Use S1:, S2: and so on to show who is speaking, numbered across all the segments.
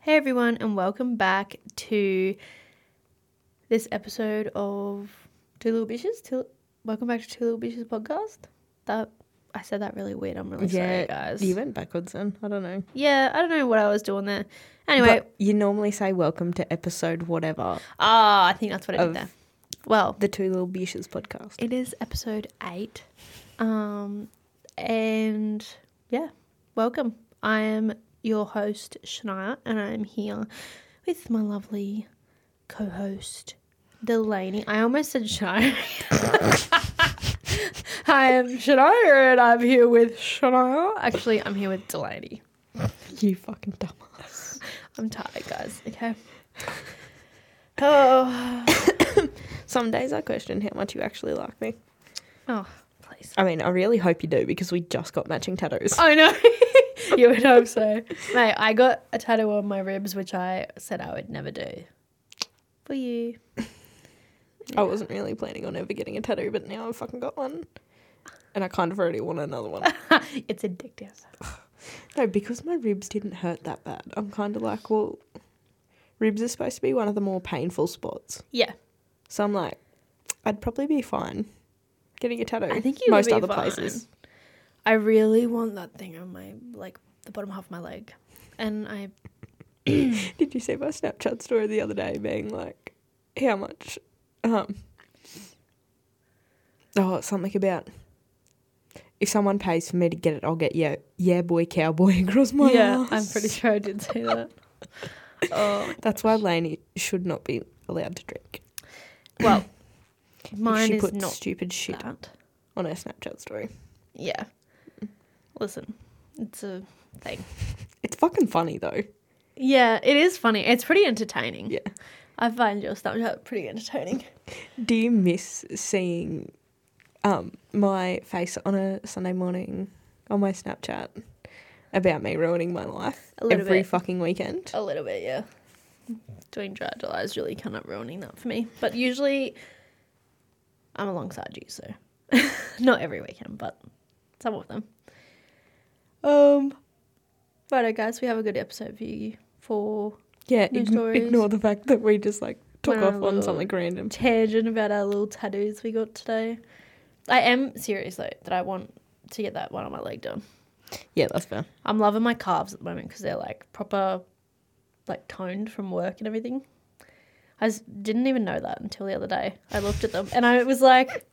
S1: Hey everyone, and welcome back to this episode of Two Little Bitches. Two, welcome back to Two Little Bitches podcast. That I said that really weird. I'm really sorry, guys.
S2: You went backwards then. I don't know.
S1: yeah, I don't know what I was doing there. Anyway,
S2: But you normally say welcome to episode whatever
S1: ah, I think that's what I
S2: Of-
S1: did there. Well,
S2: the Two Little Beaches podcast.
S1: it is episode eight, um, and yeah, welcome. I am your host Shania, and I'm here with my lovely co-host Delaney. I almost said Shania. I am Shania, and I'm here with Shania. Actually, I'm here with Delaney.
S2: You fucking dumbass.
S1: I'm tired, guys. Okay. Oh,
S2: Some days I question how much you actually like me.
S1: oh, please.
S2: I mean, I really hope you do because we just got matching tattoos.
S1: I know. you would hope so. Mate, I got a tattoo on my ribs, which I said I would never do. For you.
S2: I wasn't really planning on ever getting a tattoo, but now I've fucking got one. And I kind of already want another one.
S1: It's addictive.
S2: no, because my ribs didn't hurt that bad. I'm kind of like, well, ribs are supposed to be one of the more painful spots.
S1: Yeah.
S2: So I'm like, I'd probably be fine getting a tattoo.
S1: I think you would
S2: most
S1: be
S2: other
S1: fine.
S2: places.
S1: I really want that thing on my, like, the bottom half of my leg. And I,
S2: Did you see my Snapchat story the other day being like, how much? Um, oh, it's something about if someone pays for me to get it, I'll get yeah, yeah, boy, cowboy across my
S1: yeah,
S2: ass.
S1: I'm pretty sure I did say that. oh,
S2: That's why Laney should not be allowed to drink.
S1: well,
S2: if
S1: mine
S2: she
S1: is
S2: puts
S1: not
S2: stupid shit
S1: that.
S2: on her Snapchat story.
S1: Yeah. Listen, it's a thing.
S2: It's fucking funny though.
S1: Yeah, it is funny. It's pretty entertaining.
S2: Yeah.
S1: I find your Snapchat pretty entertaining.
S2: Do you miss seeing um, my face on a Sunday morning on my Snapchat about me ruining my life
S1: A little
S2: every
S1: bit.
S2: fucking weekend?
S1: A little bit, yeah. Doing dry July is really kind of ruining that for me. But usually I'm alongside you, so not every weekend, but some of them. Um Righto guys, we have a good episode for you for
S2: Yeah,
S1: No
S2: ign-
S1: stories.
S2: ignore the fact that we just like took
S1: Went on
S2: off
S1: a
S2: on
S1: little-
S2: something random.
S1: tangent about our little tattoos we got today. I am serious though that I want to get that one on my leg done.
S2: Yeah, that's fair.
S1: I'm loving my calves at the moment because they're like proper, like toned from work and everything. I s- didn't even know that until the other day. I looked at them and I was like,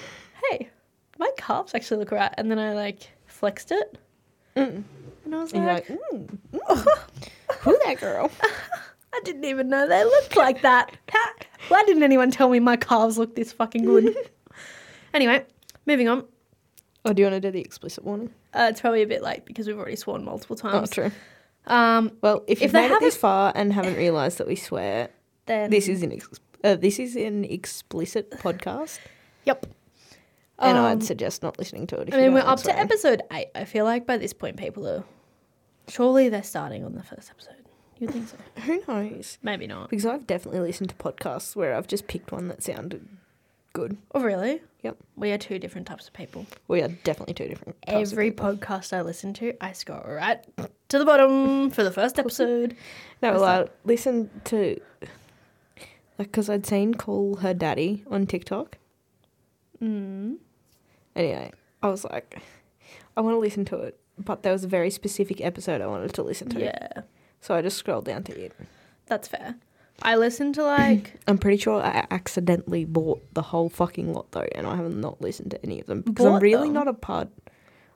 S1: "Hey, my calves actually look right." And then I like flexed it, and I was
S2: And
S1: like,
S2: you're Mm. like, mm, who that girl?
S1: "I didn't even know they looked like that." Ha! Why didn't anyone tell me my calves look this fucking good? anyway, moving on.
S2: Oh, do you want to do the explicit warning?
S1: Uh, it's probably a bit late because we've already sworn multiple
S2: Oh,
S1: times.
S2: true.
S1: Um,
S2: Well, if,
S1: If
S2: you've
S1: they
S2: made it
S1: haven't-
S2: this far and haven't realised that we swear,
S1: then
S2: this is an ex- uh, this is an explicit podcast,
S1: yep.
S2: and
S1: Um,
S2: I'd suggest not listening to it. If
S1: I mean,
S2: you
S1: we're
S2: don't like
S1: up to
S2: swearing.
S1: episode eight. I feel like by this point, people are surely they're starting on the first episode. You'd think so.
S2: Who knows?
S1: Maybe not.
S2: Because I've definitely listened to podcasts where I've just picked one that sounded good.
S1: Oh, really?
S2: Yep.
S1: We are two different types of people.
S2: We are definitely two different. types of
S1: Every
S2: people.
S1: podcast I listen to, I scroll right to the bottom for the first episode.
S2: no,
S1: What's
S2: like listen to like because I'd seen call her daddy on TikTok.
S1: Mm.
S2: Anyway, I was like, I want to listen to it, but there was a very specific episode I wanted to listen to,
S1: Yeah,
S2: so I just scrolled down to it.
S1: that's fair. I listen to like
S2: I'm pretty sure I accidentally bought the whole fucking lot though, and I have not listened to any of them because I'm
S1: Bought
S2: really
S1: them?
S2: not a part.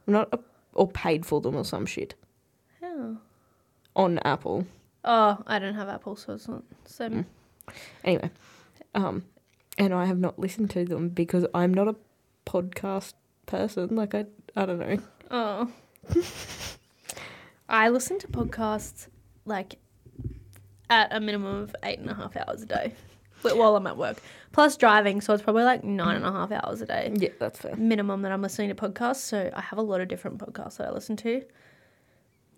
S2: I'm not a, or paid for them or some shit
S1: oh.
S2: on Apple.
S1: oh, I don't have Apple, so it's not so.
S2: Anyway, um, and I have not listened to them because I'm not a podcast person. Like I, I don't know.
S1: Oh. I listen to podcasts like at a minimum of eight and a half hours a day wh- while I'm at work, plus driving. So it's probably like nine and a half hours a day
S2: Yeah, that's fair.
S1: minimum that I'm listening to podcasts. So I have a lot of different podcasts that I listen to.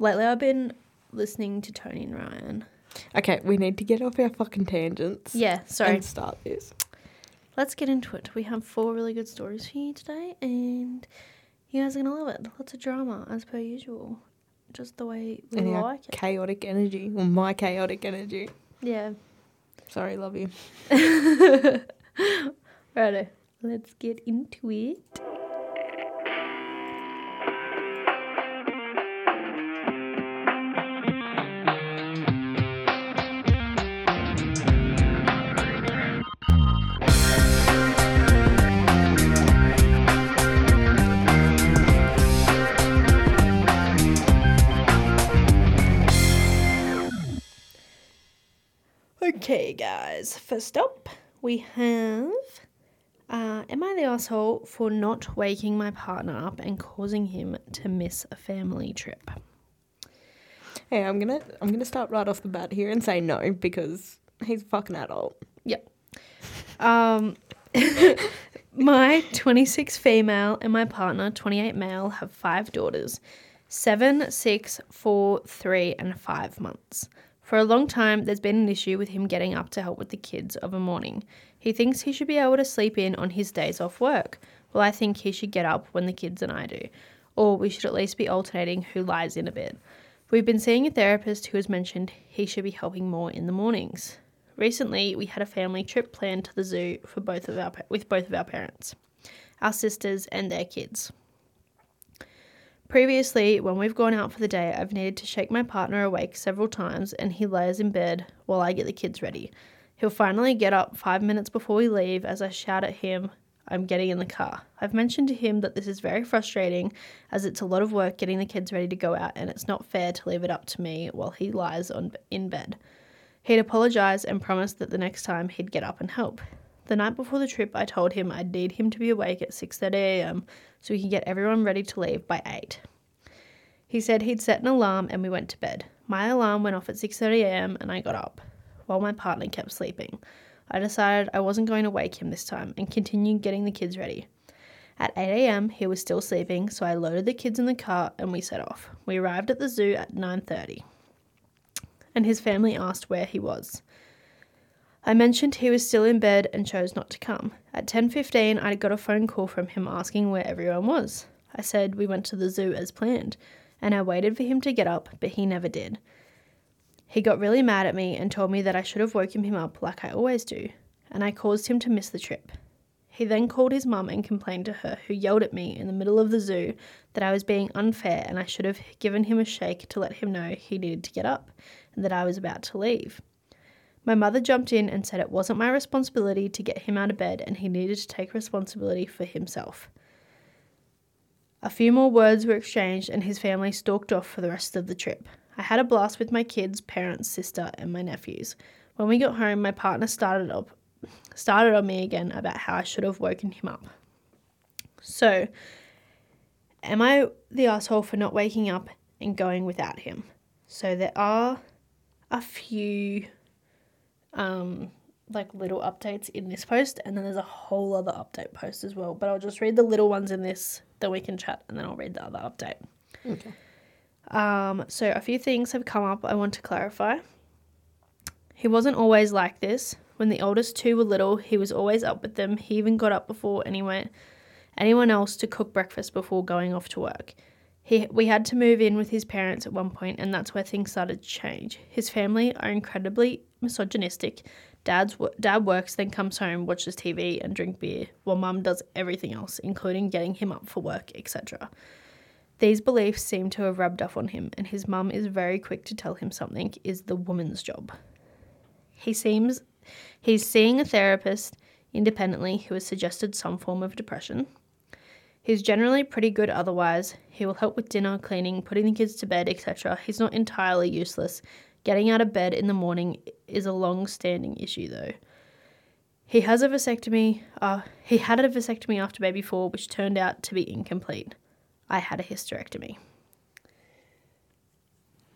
S1: Lately, I've been listening to Tony and Ryan.
S2: Okay, we need to get off our fucking tangents.
S1: Yeah, sorry.
S2: And start this.
S1: Let's get into it. We have four really good stories for you today, and you guys are going to love it. Lots of drama, as per usual. just the way we
S2: and our
S1: like it.
S2: chaotic energy, or my chaotic energy.
S1: Yeah.
S2: Sorry, love you.
S1: Righto. Let's get into it. Okay, guys. First up, we have uh, Am I the asshole for not waking my partner up and causing him to miss a family trip?
S2: Hey, I'm gonna I'm gonna start right off the bat here and say no because he's a fucking adult.
S1: Um, my 26 female and my partner, 28 male, have five daughters seven, six, four, three, and five months. For a long time, there's been an issue with him getting up to help with the kids of a morning. He thinks he should be able to sleep in on his days off work. Well, I think he should get up when the kids and I do. Or we should at least be alternating who lies in a bit. We've been seeing a therapist who has mentioned he should be helping more in the mornings. Recently, we had a family trip planned to the zoo for both of our pa- with both of our parents, our sisters and their kids. Previously, when we've gone out for the day, I've needed to shake my partner awake several times and he lies in bed while I get the kids ready. He'll finally get up 5 minutes before we leave as I shout at him, "I'm getting in the car." I've mentioned to him that this is very frustrating as it's a lot of work getting the kids ready to go out and it's not fair to leave it up to me while he lies on in bed. He'd apologise and promised that the next time he'd get up and help. The night before the trip, I told him I'd need him to be awake at 6.30am so we can get everyone ready to leave by 8. He said he'd set an alarm and we went to bed. My alarm went off at 6.30am and I got up, while my partner kept sleeping. I decided I wasn't going to wake him this time and continued getting the kids ready. At 8am, he was still sleeping, so I loaded the kids in the car and we set off. We arrived at the zoo at 9.30 and his family asked where he was. I mentioned he was still in bed and chose not to come. At 10:15, I got a phone call from him asking where everyone was. I said we went to the zoo as planned, and I waited for him to get up, but he never did. He got really mad at me and told me that I should have woken him up like I always do, and I caused him to miss the trip. He then called his mum and complained to her, who yelled at me in the middle of the zoo that I was being unfair and I should have given him a shake to let him know he needed to get up and that I was about to leave. My mother jumped in and said it wasn't my responsibility to get him out of bed and he needed to take responsibility for himself. A few more words were exchanged and his family stalked off for the rest of the trip. I had a blast with my kids, parents, sister, and my nephews. When we got home, my partner started up started on me again about how I should have woken him up. So, am I the asshole for not waking up and going without him? So there are a few um like little updates in this post and then there's a whole other update post as well, but I'll just read the little ones in this then we can chat and then I'll read the other update.
S2: Okay.
S1: Um, so a few things have come up I want to clarify. He wasn't always like this. When the oldest two were little, he was always up with them. He even got up before anyone anyone else to cook breakfast before going off to work. He, we had to move in with his parents at one point, and that's where things started to change. His family are incredibly misogynistic. Dad's wo- dad works, then comes home, watches TV, and drink beer, while mum does everything else, including getting him up for work, etc. These beliefs seem to have rubbed off on him, and his mum is very quick to tell him something is the woman's job. He seems he's seeing a therapist independently who has suggested some form of depression. He's generally pretty good otherwise. He will help with dinner, cleaning, putting the kids to bed, etc. He's not entirely useless. Getting out of bed in the morning is a long-standing issue though. He has a vasectomy. Uh, he had a vasectomy after baby 4 which turned out to be incomplete. I had a hysterectomy.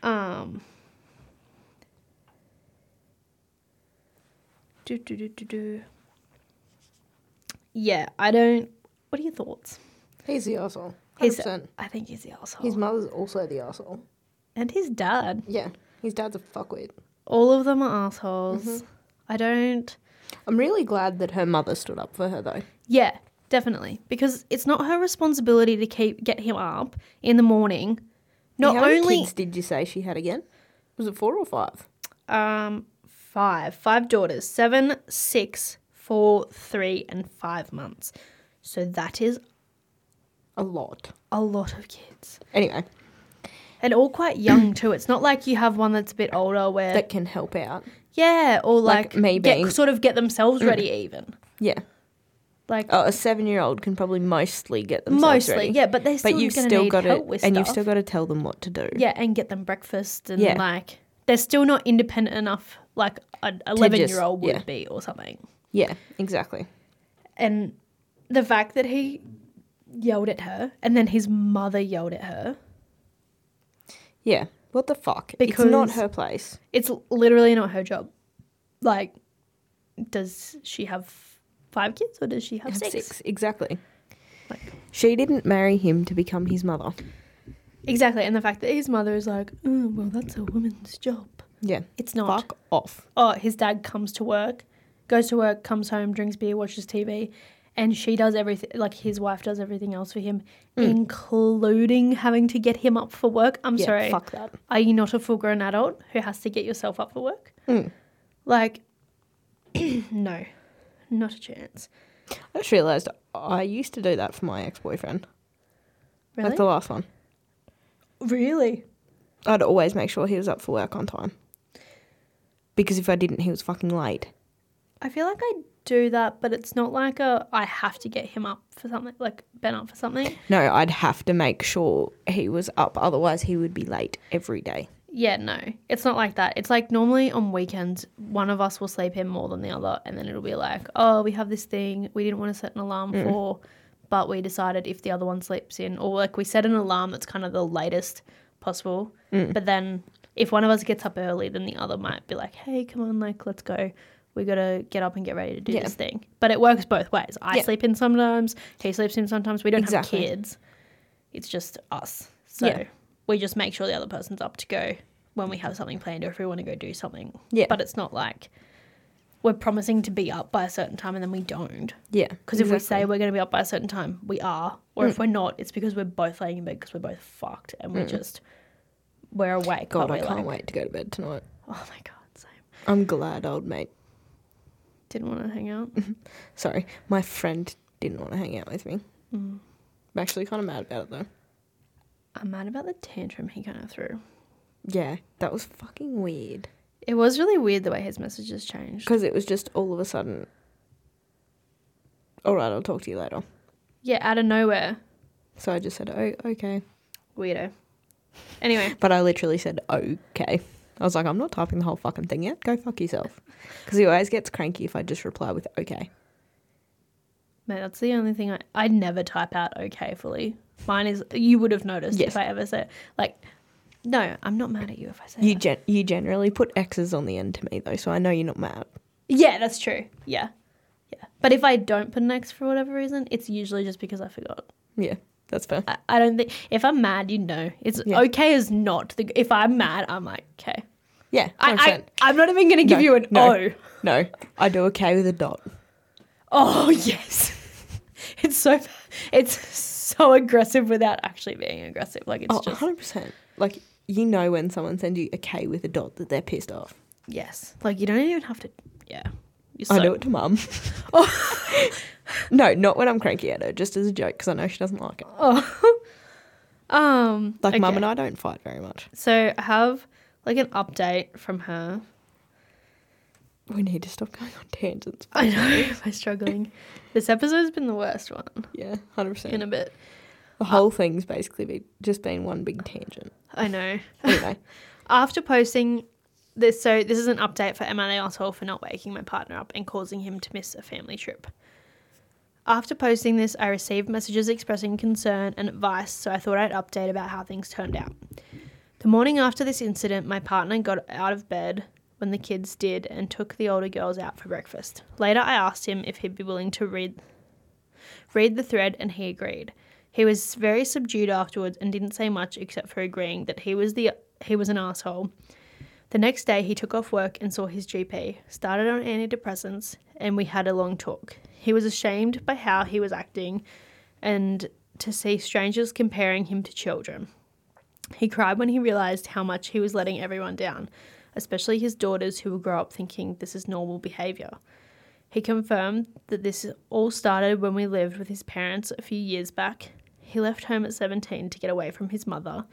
S1: Um. Do, do, do, do, do. Yeah, I don't. What are your thoughts?
S2: He's the asshole.
S1: He's- Oh.
S2: 100%.
S1: I think he's the asshole.
S2: His mother's also the asshole.
S1: and his dad.
S2: Yeah, his dad's a fuckwit.
S1: All of them are assholes. I don't.
S2: I'm really glad that her mother stood up for her though.
S1: Yeah, definitely. Because it's not her responsibility to keep get him up in the morning Not
S2: How many
S1: only
S2: kids did you say she had again? Was it four or five?
S1: um five five daughters seven six four three and five months so that is
S2: A lot.
S1: a lot of kids
S2: Anyway,
S1: and all quite young too it's not like you have one that's a bit older where
S2: that can help out.
S1: yeah or
S2: like
S1: like,
S2: me
S1: get-
S2: being-
S1: sort of get themselves ready even
S2: Yeah.
S1: like
S2: Oh, a seven-year-old can probably mostly get themselves
S1: mostly
S2: ready.
S1: yeah but they're still
S2: but you've
S1: gonna
S2: still
S1: need
S2: got to,
S1: help with
S2: and you've
S1: stuff.
S2: still got to tell them what to do.
S1: yeah and get them breakfast and
S2: Yeah.
S1: like they're still not independent enough like an 11 year old would
S2: yeah.
S1: be or something
S2: Yeah. Exactly.
S1: and the fact that he yelled at her and then his mother yelled at her
S2: Yeah. What the fuck? it's not
S1: Because-
S2: her place.
S1: it's literally not her job like does she have five kids or does she have,
S2: Have
S1: six?
S2: Exactly.
S1: Like,
S2: She didn't marry him to become his mother.
S1: exactly and the fact that his mother is like oh well that's a woman's job
S2: Yeah.
S1: it's not
S2: Fuck off.
S1: oh his dad comes to work goes to work comes home drinks beer watches tv and she does everything like his wife does everything else for him including having to get him up for work i'm
S2: Mm. Yeah,
S1: sorry
S2: Fuck that.
S1: are you not a full grown adult who has to get yourself up for work?
S2: Mm.
S1: Like, no, not a chance.
S2: I just realised I used to do that for my ex boyfriend.
S1: Really?
S2: That's the last one.
S1: really?
S2: I'd always make sure he was up for work on time. Because if I didn't, he was fucking late.
S1: I feel like I do that, but it's not like a I have to get him up for something, like Ben up for something.
S2: No, I'd have to make sure he was up, otherwise, he would be late every day.
S1: Yeah, no, it's not like that. It's like normally on weekends, one of us will sleep in more than the other, and then it'll be like, oh, we have this thing we didn't want to set an alarm for, but we decided if the other one sleeps in, or like we set an alarm that's kind of the latest possible,
S2: Mm.
S1: but then if one of us gets up early, then the other might be like, hey, come on, like, let's go. We gotta get up and get ready to do
S2: Yeah.
S1: this thing. But it works both ways. I
S2: Yeah.
S1: sleep in sometimes, he sleeps in sometimes. We don't
S2: Exactly.
S1: have kids it's just us. So
S2: Yeah.
S1: we just make sure the other person's up to go when we have something planned or if we want to go do something.
S2: Yeah.
S1: But it's not like we're promising to be up by a certain time and then we don't.
S2: Yeah.
S1: Because if we say we're going to be up by a certain time, we are. Or
S2: Hmm.
S1: if we're not, it's because we're both laying in bed because we're both fucked and we just, we're awake.
S2: God,
S1: but
S2: I
S1: we're
S2: can't
S1: like,
S2: wait to go to bed tonight.
S1: Oh my God, same.
S2: I'm glad, old mate.
S1: Didn't want to hang out.
S2: Sorry, my friend didn't want to hang out with me. I'm actually kind of mad about it though.
S1: Hmm. I'm mad about the tantrum he kind of threw.
S2: Yeah, that was fucking weird.
S1: It was really weird the way his messages changed.
S2: Because it was just all of a sudden. All right, I'll talk to you later.
S1: Yeah, out of nowhere.
S2: So I just said, oh, okay.
S1: Weirdo. Anyway.
S2: But I literally said, okay. I was like, I'm not typing the whole fucking thing out. Go fuck yourself. Because he always gets cranky if I just reply with, okay.
S1: Mate, that's the only thing I I never type out okay fully. Mine is you would have noticed
S2: Yes.
S1: if I ever said like no, I'm not mad at you if I say
S2: You,
S1: that.
S2: gen- you generally put X's on the end to me, though, so I know you're not mad.
S1: yeah, that's true. Yeah. Yeah. But if I don't put an X for whatever reason, it's usually just because I forgot.
S2: Yeah, that's fair.
S1: I, I don't think if I'm mad, you know. It's
S2: Yeah.
S1: okay is not the if I'm mad, I'm like, okay.
S2: Yeah,
S1: I,
S2: 100%.
S1: I I'm not even gonna give
S2: No,
S1: you an
S2: no.
S1: O.
S2: No, I do okay with a dot.
S1: Oh yes. It's so it's so aggressive without actually being aggressive. Like it's
S2: Oh,
S1: just
S2: 100%. Like, you know when someone sends you a K with a dot that they're pissed off.
S1: Yes. Like you don't even have to. Yeah. You're
S2: I do it to mum. no, not when I'm cranky at her, just as a joke, because I know she doesn't like it.
S1: Oh. um.
S2: Like, mum
S1: okay.
S2: and I don't fight very much.
S1: So I have like an update from her.
S2: We need to stop going on tangents.
S1: I know I'm struggling. this episode's been the worst one
S2: Yeah, 100%.
S1: in a bit.
S2: the whole thing's basically be, just been one big tangent.
S1: I know.
S2: Anyway,
S1: After posting this, so this is an update for Am I the asshole for not waking my partner up and causing him to miss a family trip. After posting this, I received messages expressing concern and advice, so I thought I'd update about how things turned out. The morning after this incident, my partner got out of bed when the kids did and took the older girls out for breakfast. Later, I asked him if he'd be willing to read read the thread and he agreed. He was very subdued afterwards and didn't say much except for agreeing that he was the he was an asshole. The next day he took off work and saw his GP, started on antidepressants, and we had a long talk. He was ashamed by how he was acting and to see strangers comparing him to children. He cried when he realized how much he was letting everyone down, especially his daughters who will grow up thinking this is normal behavior. He confirmed that this all started when we lived with his parents a few years back. He left home at 17 to get away from his mother,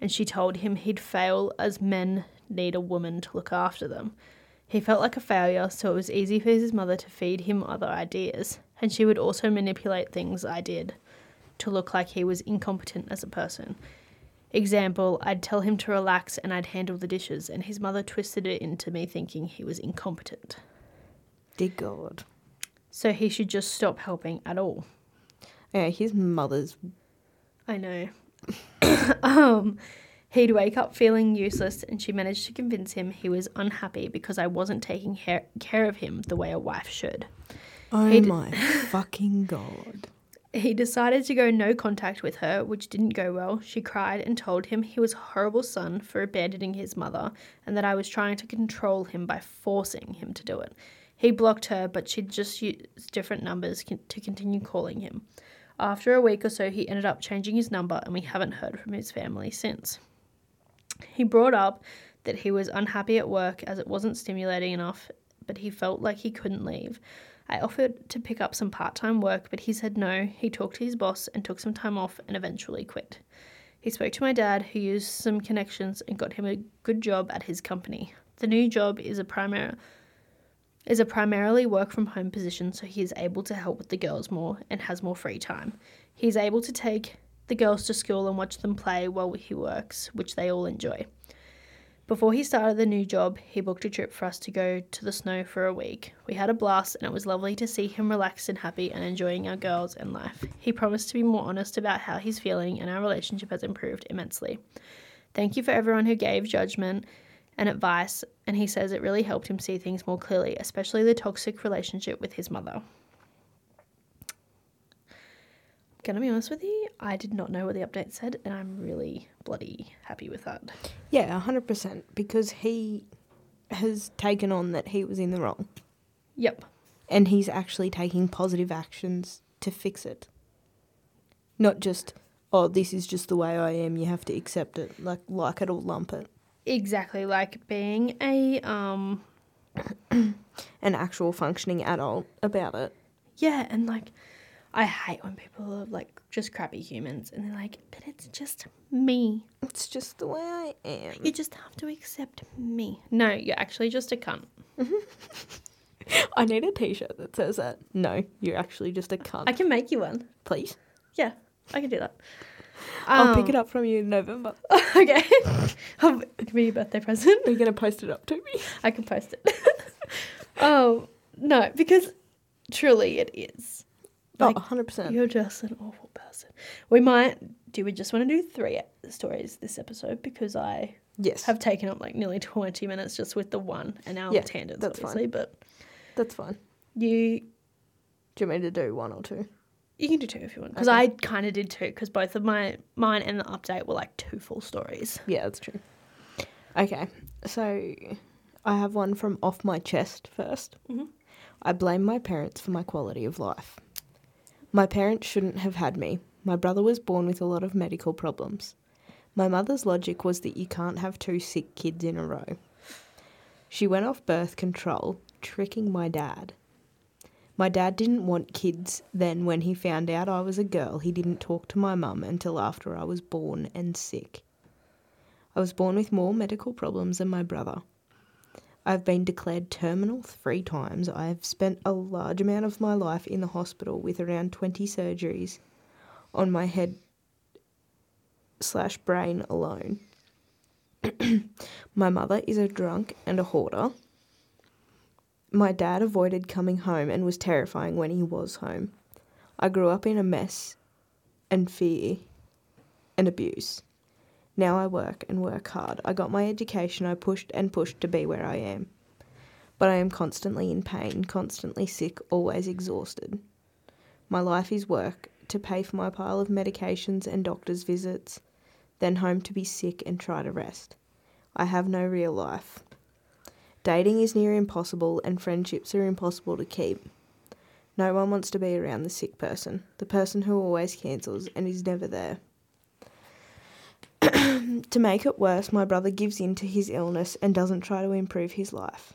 S1: and she told him he'd fail as men need a woman to look after them. He felt like a failure, so it was easy for his mother to feed him other ideas, and she would also manipulate things I did to look like he was incompetent as a person. Example, I'd tell him to relax and I'd handle the dishes, and his mother twisted it into me thinking he was incompetent.
S2: Dear God.
S1: So he should just stop helping at all.
S2: Yeah, his mother's.
S1: I know. um, he'd wake up feeling useless, and she managed to convince him he was unhappy because I wasn't taking ha- care of him the way a wife should.
S2: Oh
S1: He'd-
S2: my fucking God.
S1: He decided to go no contact with her, which didn't go well. She cried and told him he was a horrible son for abandoning his mother and that I was trying to control him by forcing him to do it. He blocked her, but she'd just used different numbers con- to continue calling him. After a week or so, he ended up changing his number, and we haven't heard from his family since. He brought up that he was unhappy at work as it wasn't stimulating enough, but he felt like he couldn't leave. I offered to pick up some part time work, but he said no. He talked to his boss and took some time off and eventually quit. He spoke to my dad, who used some connections and got him a good job at his company. The new job is a primary is a primarily work from home position, so he is able to help with the girls more and has more free time. He is able to take the girls to school and watch them play while he works, which they all enjoy. Before he started the new job, he booked a trip for us to go to the snow for a week. We had a blast, and it was lovely to see him relaxed and happy and enjoying our girls and life. He promised to be more honest about how he's feeling, and our relationship has improved immensely. Thank you for everyone who gave judgment and advice, and he says it really helped him see things more clearly, especially the toxic relationship with his mother. Gonna be honest with you, I did not know what the update said, and I'm really bloody happy with that.
S2: Yeah, 100%. Because he has taken on that he was in the wrong.
S1: Yep.
S2: and he's actually taking positive actions to fix it. Not just, oh, this is just the way I am, you have to accept it, like like it or lump it.
S1: Exactly, like being a um
S2: An actual functioning adult about it.
S1: yeah, and like I hate when people are like just crappy humans and they're like, but it's just me.
S2: It's just the way I am.
S1: You just have to accept me. No, you're actually just a cunt.
S2: I need a t shirt that says that. No, you're actually just a cunt.
S1: I can make you one.
S2: Please. Um,
S1: Yeah, I can do that.
S2: I'll pick it up from you in November.
S1: up. Okay. Um, it can be your birthday present.
S2: You're going to post it up to me.
S1: I can post it. oh no, because truly it is. Like,
S2: oh, 100%.
S1: You're just an awful person. We might. Do we just want to do three e- stories this episode? Because I
S2: yes.
S1: have taken up like nearly 20 minutes just with the one and our
S2: Yeah,
S1: tangents,
S2: that's
S1: obviously. But
S2: That's fine.
S1: you
S2: Do you want me to do one or two?
S1: you can do two if you want. Because
S2: Okay.
S1: I kind of did two, because both of my mine and the update were like two full stories.
S2: Yeah, that's true. Okay, so I have one from off my chest 1st
S1: Mhm.
S2: I blame my parents for my quality of life. My parents shouldn't have had me. My brother was born with a lot of medical problems. My mother's logic was that you can't have two sick kids in a row. She went off birth control, tricking my dad. My dad didn't want kids then when he found out I was a girl. He didn't talk to my mum until after I was born and sick. I was born with more medical problems than my brother. I've been declared terminal three times. I have spent a large amount of my life in the hospital with around 20 surgeries on my head slash brain alone. my mother is a drunk and a hoarder. My dad avoided coming home and was terrifying when he was home. I grew up in a mess and fear and abuse. Now I work and work hard. I got my education, I pushed and pushed to be where I am. But I am constantly in pain, constantly sick, always exhausted. My life is work, to pay for my pile of medications and doctor's visits, then home to be sick and try to rest. I have no real life. Dating is near impossible, and friendships are impossible to keep. No one wants to be around the sick person, the person who always cancels and is never there. to make it worse, my brother gives in to his illness and doesn't try to improve his life.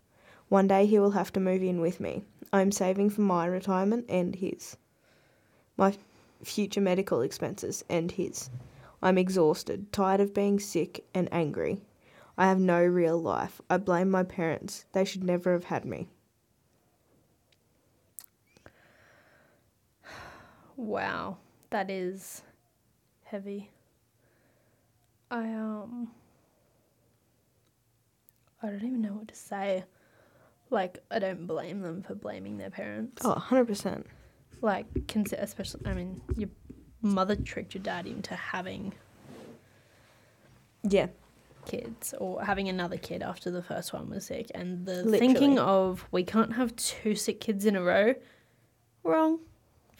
S2: One day he will have to move in with me. I'm saving for my retirement and his. My f- future medical expenses and his. I'm exhausted, tired of being sick and angry. I have no real life. I blame my parents. They should never have had me.
S1: Wow, that is heavy. I um I don't even know what to say. Like I don't blame them for blaming their parents.
S2: Oh, 100%.
S1: Like consider especially I mean your mother tricked your dad into having
S2: Yeah.
S1: kids or having another kid after the first one was sick and the
S2: Literally.
S1: thinking of we can't have two sick kids in a row wrong.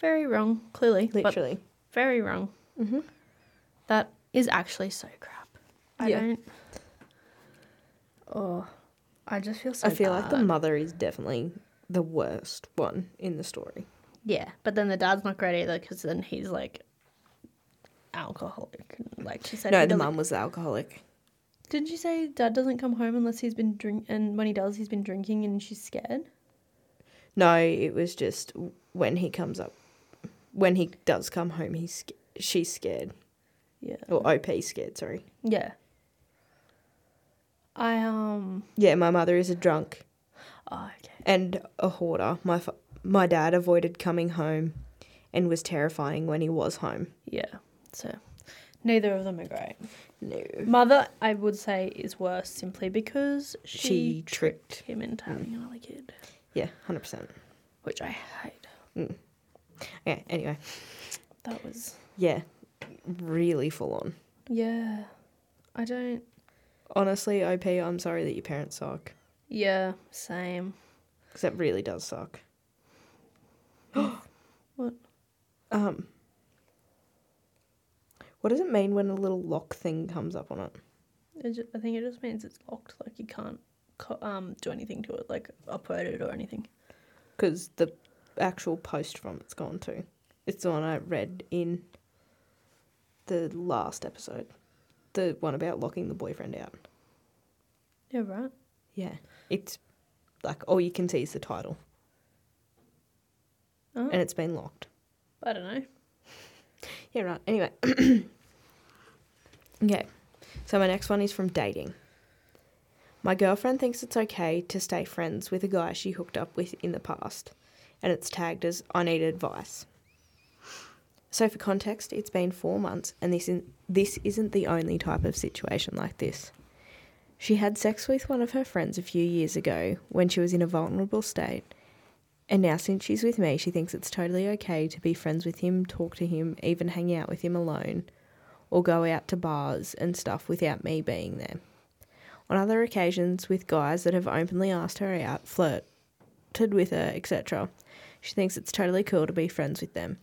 S1: Very wrong, clearly. but
S2: Literally.
S1: very wrong.
S2: hmm
S1: That is actually so crap. I
S2: Yeah.
S1: don't. Oh, I just feel so.
S2: I feel like the
S1: bad.
S2: mother is definitely the worst one in the story.
S1: yeah, but then the dad's not great either because then he's like alcoholic. Like she said,
S2: no,
S1: he
S2: the
S1: doesn't-
S2: mum was the alcoholic.
S1: Didn't she say dad doesn't come home unless he's been drink and when he does, he's been drinking and she's scared.
S2: No, it was just when he comes up, when he does come home, he's sc- she's scared
S1: Yeah.
S2: or OP scared. Sorry.
S1: Yeah. I um.
S2: Yeah, my mother is a drunk
S1: Oh, okay.
S2: and a hoarder. My fa- my dad avoided coming home, and was terrifying when he was home.
S1: Yeah. So, neither of them are great.
S2: No,
S1: Mother, I would say, is worse simply because
S2: she,
S1: she
S2: tricked.
S1: him into having another kid,
S2: Yeah, hundred percent.
S1: which I hate.
S2: Yeah. Anyway,
S1: That was
S2: yeah, really full on.
S1: yeah. I don't.
S2: Honestly, OP, I'm sorry that your parents suck.
S1: Yeah, same.
S2: Because that really does suck.
S1: What?
S2: Um, what does it mean when a little lock thing comes up on it?
S1: It ju- I think it just means it's locked. Like you can't co- um do anything to it, like upload it or anything.
S2: Because the actual post from it's gone too. It's the one I read in the last episode. The one about locking the boyfriend out.
S1: Yeah, right.
S2: Yeah. It's like all you can see is the title.
S1: Oh.
S2: And it's been locked.
S1: I don't know.
S2: Yeah, right. Anyway. okay. So my next one is from dating. My girlfriend thinks it's okay to stay friends with a guy she hooked up with in the past, and it's tagged as I need advice. So for context, it's been 4 months and this in, this isn't the only type of situation like this. She had sex with one of her friends a few years ago when she was in a vulnerable state and now, since she's with me, she thinks it's totally okay to be friends with him, talk to him, even hang out with him alone, or go out to bars and stuff without me being there. On other occasions, with guys that have openly asked her out, flirted with her, etc., she thinks it's totally cool to be friends with them.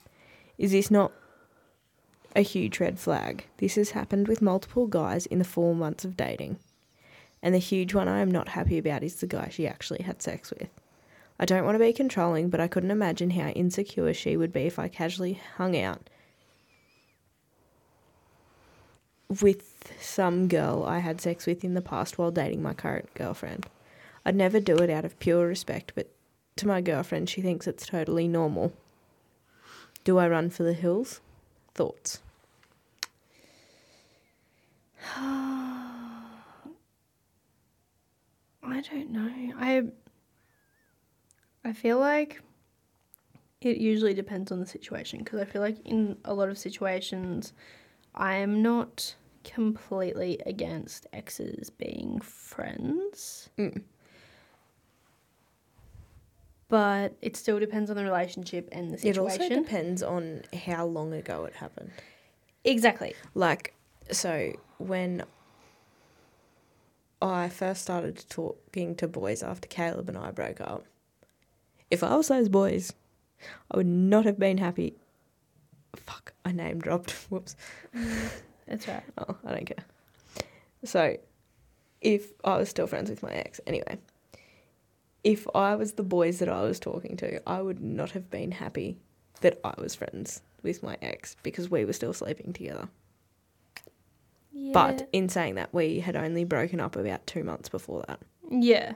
S2: Is this not a huge red flag? This has happened with multiple guys in the four months of dating. And the huge one I am not happy about is the guy she actually had sex with. I don't want to be controlling, but I couldn't imagine how insecure she would be if I casually hung out with some girl I had sex with in the past while dating my current girlfriend. I'd never do it out of pure respect, but to my girlfriend, she thinks it's totally normal. Do I run for the hills? Thoughts?
S1: I don't know. I I feel like it usually depends on the situation because I feel like in a lot of situations I'm not completely against exes being friends.
S2: Mm.
S1: But it still depends on the relationship and the situation.
S2: depends on how long ago it happened.
S1: exactly.
S2: Like, so when I first started talking to boys after Caleb and I broke up, if I was those boys, I would not have been happy. Fuck, I name dropped. Whoops.
S1: That's right.
S2: Oh, I don't care. So, if I was still friends with my ex, anyway, if I was the boys that I was talking to, I would not have been happy that I was friends with my ex because we were still sleeping together. But in saying that, we had only broken up about two months before that.
S1: yeah,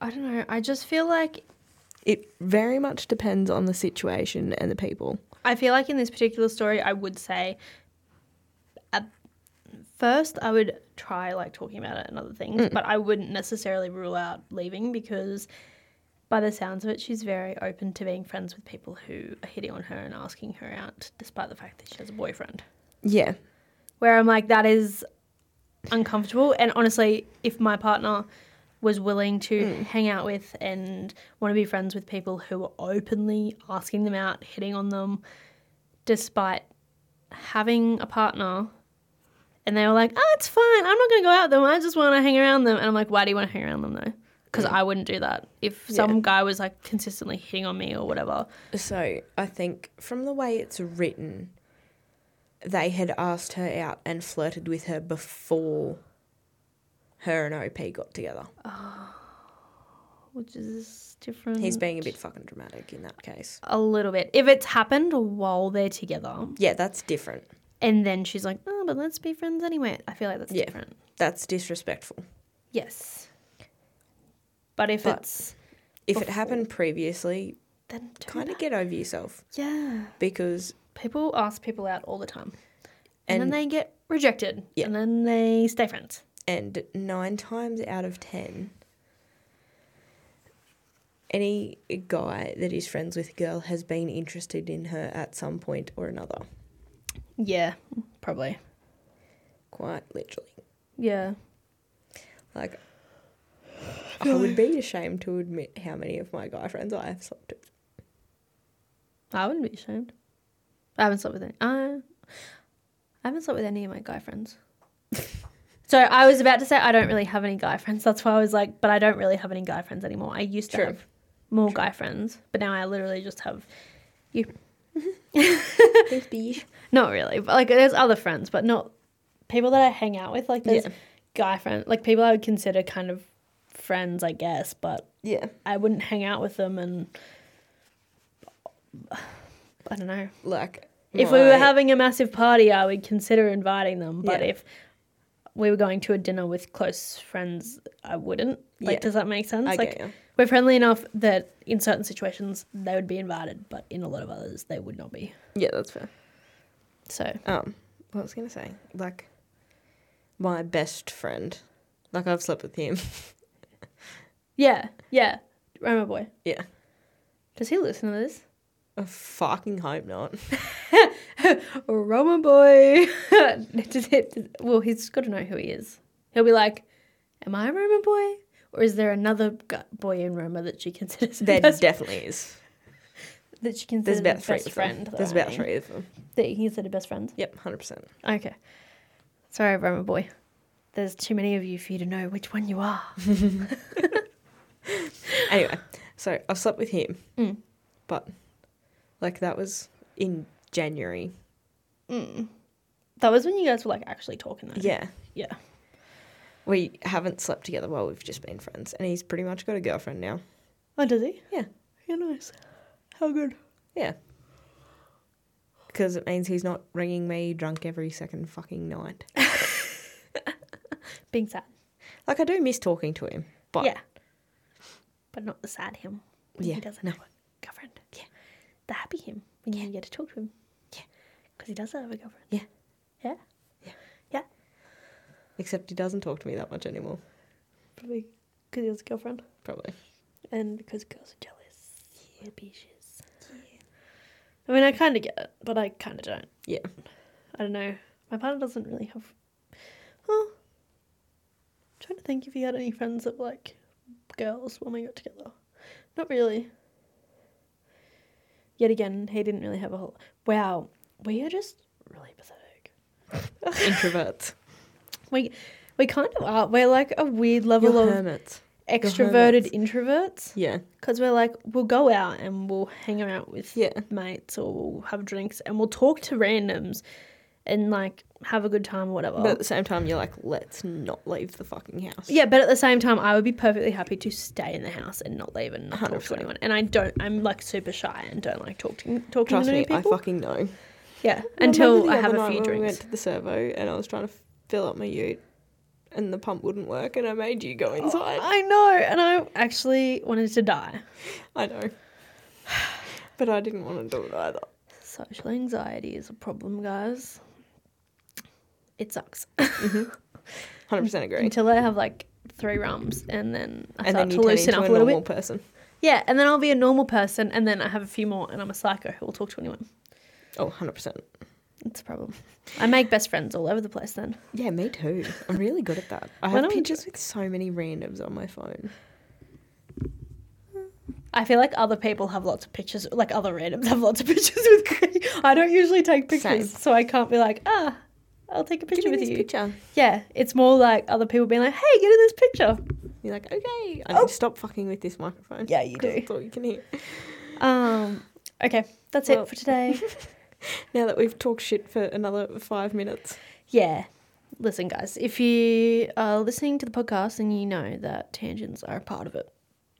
S1: I don't know. I just feel like
S2: It very much depends on the situation and the people.
S1: I feel like in this particular story, I would say at first I would try like talking about it and other things, but I wouldn't necessarily rule out leaving because by the sounds of it, she's very open to being friends with people who are hitting on her and asking her out, despite the fact that she has a boyfriend.
S2: Yeah.
S1: Where I'm like, that is uncomfortable. And honestly, if my partner was willing to
S2: Mm.
S1: hang out with and want to be friends with people who are openly asking them out, hitting on them, despite having a partner, and they were like, oh, it's fine. I'm not going to go out with them. I just want to hang around them. And I'm like, why do you want to hang around them though? Because I wouldn't do that. If some guy was like consistently hitting on me or whatever.
S2: So I think from the way it's written, they had asked her out and flirted with her before her and OP got together.
S1: Which is different.
S2: He's being a bit fucking dramatic in that case.
S1: a little bit. If it's happened while they're together,
S2: Yeah, that's different.
S1: and then she's like, "Oh, but let's be friends anyway." I feel like that's
S2: Yeah.
S1: different.
S2: That's disrespectful.
S1: Yes, but if
S2: But-
S1: it's
S2: If it
S1: Before.
S2: happened previously,
S1: then do
S2: kind
S1: that.
S2: of get over yourself
S1: yeah,
S2: because
S1: people ask people out all the time, and,
S2: and
S1: then they get rejected,
S2: Yeah.
S1: and then they stay friends.
S2: and 9 times out of 10 any guy that is friends with a girl has been interested in her at some point or another.
S1: Yeah, probably.
S2: Quite literally.
S1: Yeah,
S2: Like, I would be ashamed to admit how many of my guy friends I have slept with.
S1: I wouldn't be ashamed. I haven't slept with any. I, I haven't slept with any of my guy friends. so I was about to say I don't really have any guy friends. That's why I was like, but I don't really have any guy friends anymore. I used to
S2: True.
S1: have more guy friends, but now I literally just have you.
S2: Thanks, Beesh.
S1: Not really, but like there's other friends, but not people that I hang out with. Like there's
S2: Yeah.
S1: guy friends, like people I would consider kind of friends, I guess, but
S2: Yeah.
S1: I wouldn't hang out with them and. I don't know.
S2: Like,
S1: If we were
S2: my-
S1: having a massive party, I would consider inviting them. But
S2: Yeah.
S1: if we were going to a dinner with close friends, I wouldn't. Like,
S2: Yeah.
S1: does that make sense?
S2: I
S1: like,
S2: get ya.
S1: we're friendly enough that in certain situations they would be invited, but in a lot of others they would not be.
S2: Yeah, that's fair.
S1: So,
S2: Um, what I was gonna say, like, my best friend, like I've slept with him.
S1: yeah, yeah. Roma boy,
S2: yeah,
S1: does he listen to this?
S2: I fucking hope not.
S1: Roma boy. does it, does- well, he's got to know who he is. He'll be like, "Am I Roma boy, or is there another gu- boy in Roma that she considers her
S2: There
S1: best
S2: definitely is.
S1: that she
S2: There's
S1: considers her
S2: about three
S1: best
S2: of them.
S1: friend. though, eh?
S2: There's
S1: I
S2: about
S1: mean.
S2: three of them.
S1: That you consider best friends?
S2: Yep, hundred percent.
S1: Okay. Sorry, Roma boy. There's too many of you for you to know which one you are.
S2: Anyway, so I've slept with him,
S1: Mm.
S2: but like that was in January.
S1: Mm. That was when you guys were like actually talking though.
S2: Yeah,
S1: Yeah.
S2: we haven't slept together. Well, we've just been friends, and he's pretty much got a girlfriend now.
S1: Oh, does he?
S2: Yeah,
S1: Yeah, nice. How good.
S2: yeah. Because it means he's not ringing me drunk every second fucking night.
S1: Being sad.
S2: Like I do miss talking to him, but
S1: yeah. But not the sad him. When
S2: Yeah,
S1: He doesn't
S2: no.
S1: have a girlfriend. Yeah. The happy him. When you get to talk to him.
S2: Yeah.
S1: Because he does have a girlfriend.
S2: Yeah.
S1: Yeah.
S2: Yeah.
S1: Yeah.
S2: except he doesn't talk to me that much anymore.
S1: Probably because he has a girlfriend.
S2: Probably.
S1: And because girls are jealous. Yeah. Bitches. I mean, I kind of get it, but I kind of don't.
S2: Yeah.
S1: I don't know. My partner doesn't really have. Huh. trying to think if he had any friends that were like girls when we got together. Not really. Yet again, he didn't really have a whole. Wow, we are just really pathetic.
S2: Introverts.
S1: We we kind of are. We're like a weird level
S2: You're
S1: of
S2: hermits.
S1: extroverted
S2: hermits.
S1: introverts
S2: Yeah.
S1: because we're like we'll go out and we'll hang out with
S2: Yeah.
S1: mates or we'll have drinks and we'll talk to randoms and like have a good time or whatever.
S2: But at the same time, you're like, let's not leave the fucking house.
S1: Yeah, but at the same time, I would be perfectly happy to stay in the house and not leave and not talk to
S2: 100%.
S1: anyone. And I don't. I'm like super shy and don't like talking talking
S2: Trust
S1: to new
S2: me, I
S1: people.
S2: fucking know.
S1: Yeah.
S2: I remember
S1: Until
S2: the
S1: I have
S2: other
S1: a
S2: night
S1: few
S2: when We went
S1: drinks.
S2: to the servo and I was trying to fill up my ute and the pump wouldn't work and I made you
S1: Oh,
S2: go inside.
S1: I know, and I actually wanted to die.
S2: I know. But I didn't want to do it either.
S1: Social anxiety is a problem, guys. It sucks.
S2: Mm-hmm. 100% agree.
S1: Until I have like three rums and then I
S2: And
S1: start
S2: then
S1: to
S2: you turn
S1: loosen
S2: into
S1: up
S2: a
S1: a little
S2: normal
S1: bit.
S2: person.
S1: Yeah, and then I'll be a normal person and then I have a few more and I'm a psycho who will talk to anyone.
S2: Oh, 100%.
S1: It's a problem. I make best friends all over the place then.
S2: Yeah, me too. I'm really good at that. I
S1: When
S2: have
S1: I'm-
S2: pictures with so many randoms on my phone.
S1: I feel like other people have lots of pictures, like other randoms have lots of pictures with Craig. I don't usually take pictures,
S2: Same.
S1: so I can't be like, ah, I'll take a picture
S2: Give me
S1: with
S2: this
S1: you.
S2: picture.
S1: Yeah, it's more like other people being like, hey, get in this picture.
S2: You're like, okay. I
S1: Oh.
S2: need to stop fucking with this microphone.
S1: Yeah, you
S2: 'Cause
S1: do.
S2: That's all you can hear.
S1: Um, okay, that's
S2: Well-
S1: it for today.
S2: Now that we've talked shit for another five minutes.
S1: yeah. Listen, guys, if you are listening to the podcast and you know that tangents are a part of it,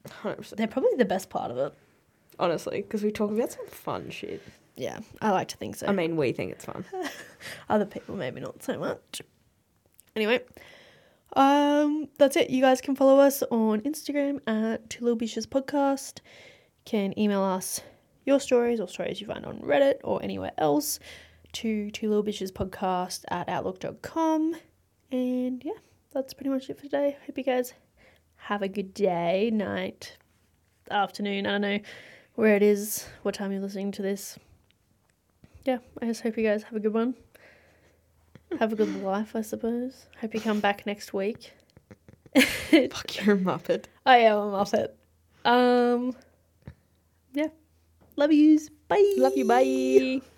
S2: 100%.
S1: they're probably the best part of it.
S2: Honestly, because we talk about some fun shit.
S1: Yeah, I like to think so.
S2: I mean, we think it's fun.
S1: Other people maybe not so much. Anyway, um, that's it. You guys can follow us on Instagram at Two Little Bitches Podcast. Can email us your stories or stories you find on Reddit or anywhere else to Two Little Bitches Podcast at outlook.com. And yeah, that's pretty much it for today. Hope you guys have a good day, night, afternoon. I don't know where it is, what time you're listening to this. Yeah, I just hope you guys have a good one. Have a good life, I suppose. Hope you come back next week.
S2: Fuck, you're a muppet.
S1: I am a Muppet. Um, yeah. Love yous. Bye.
S2: Love you, bye.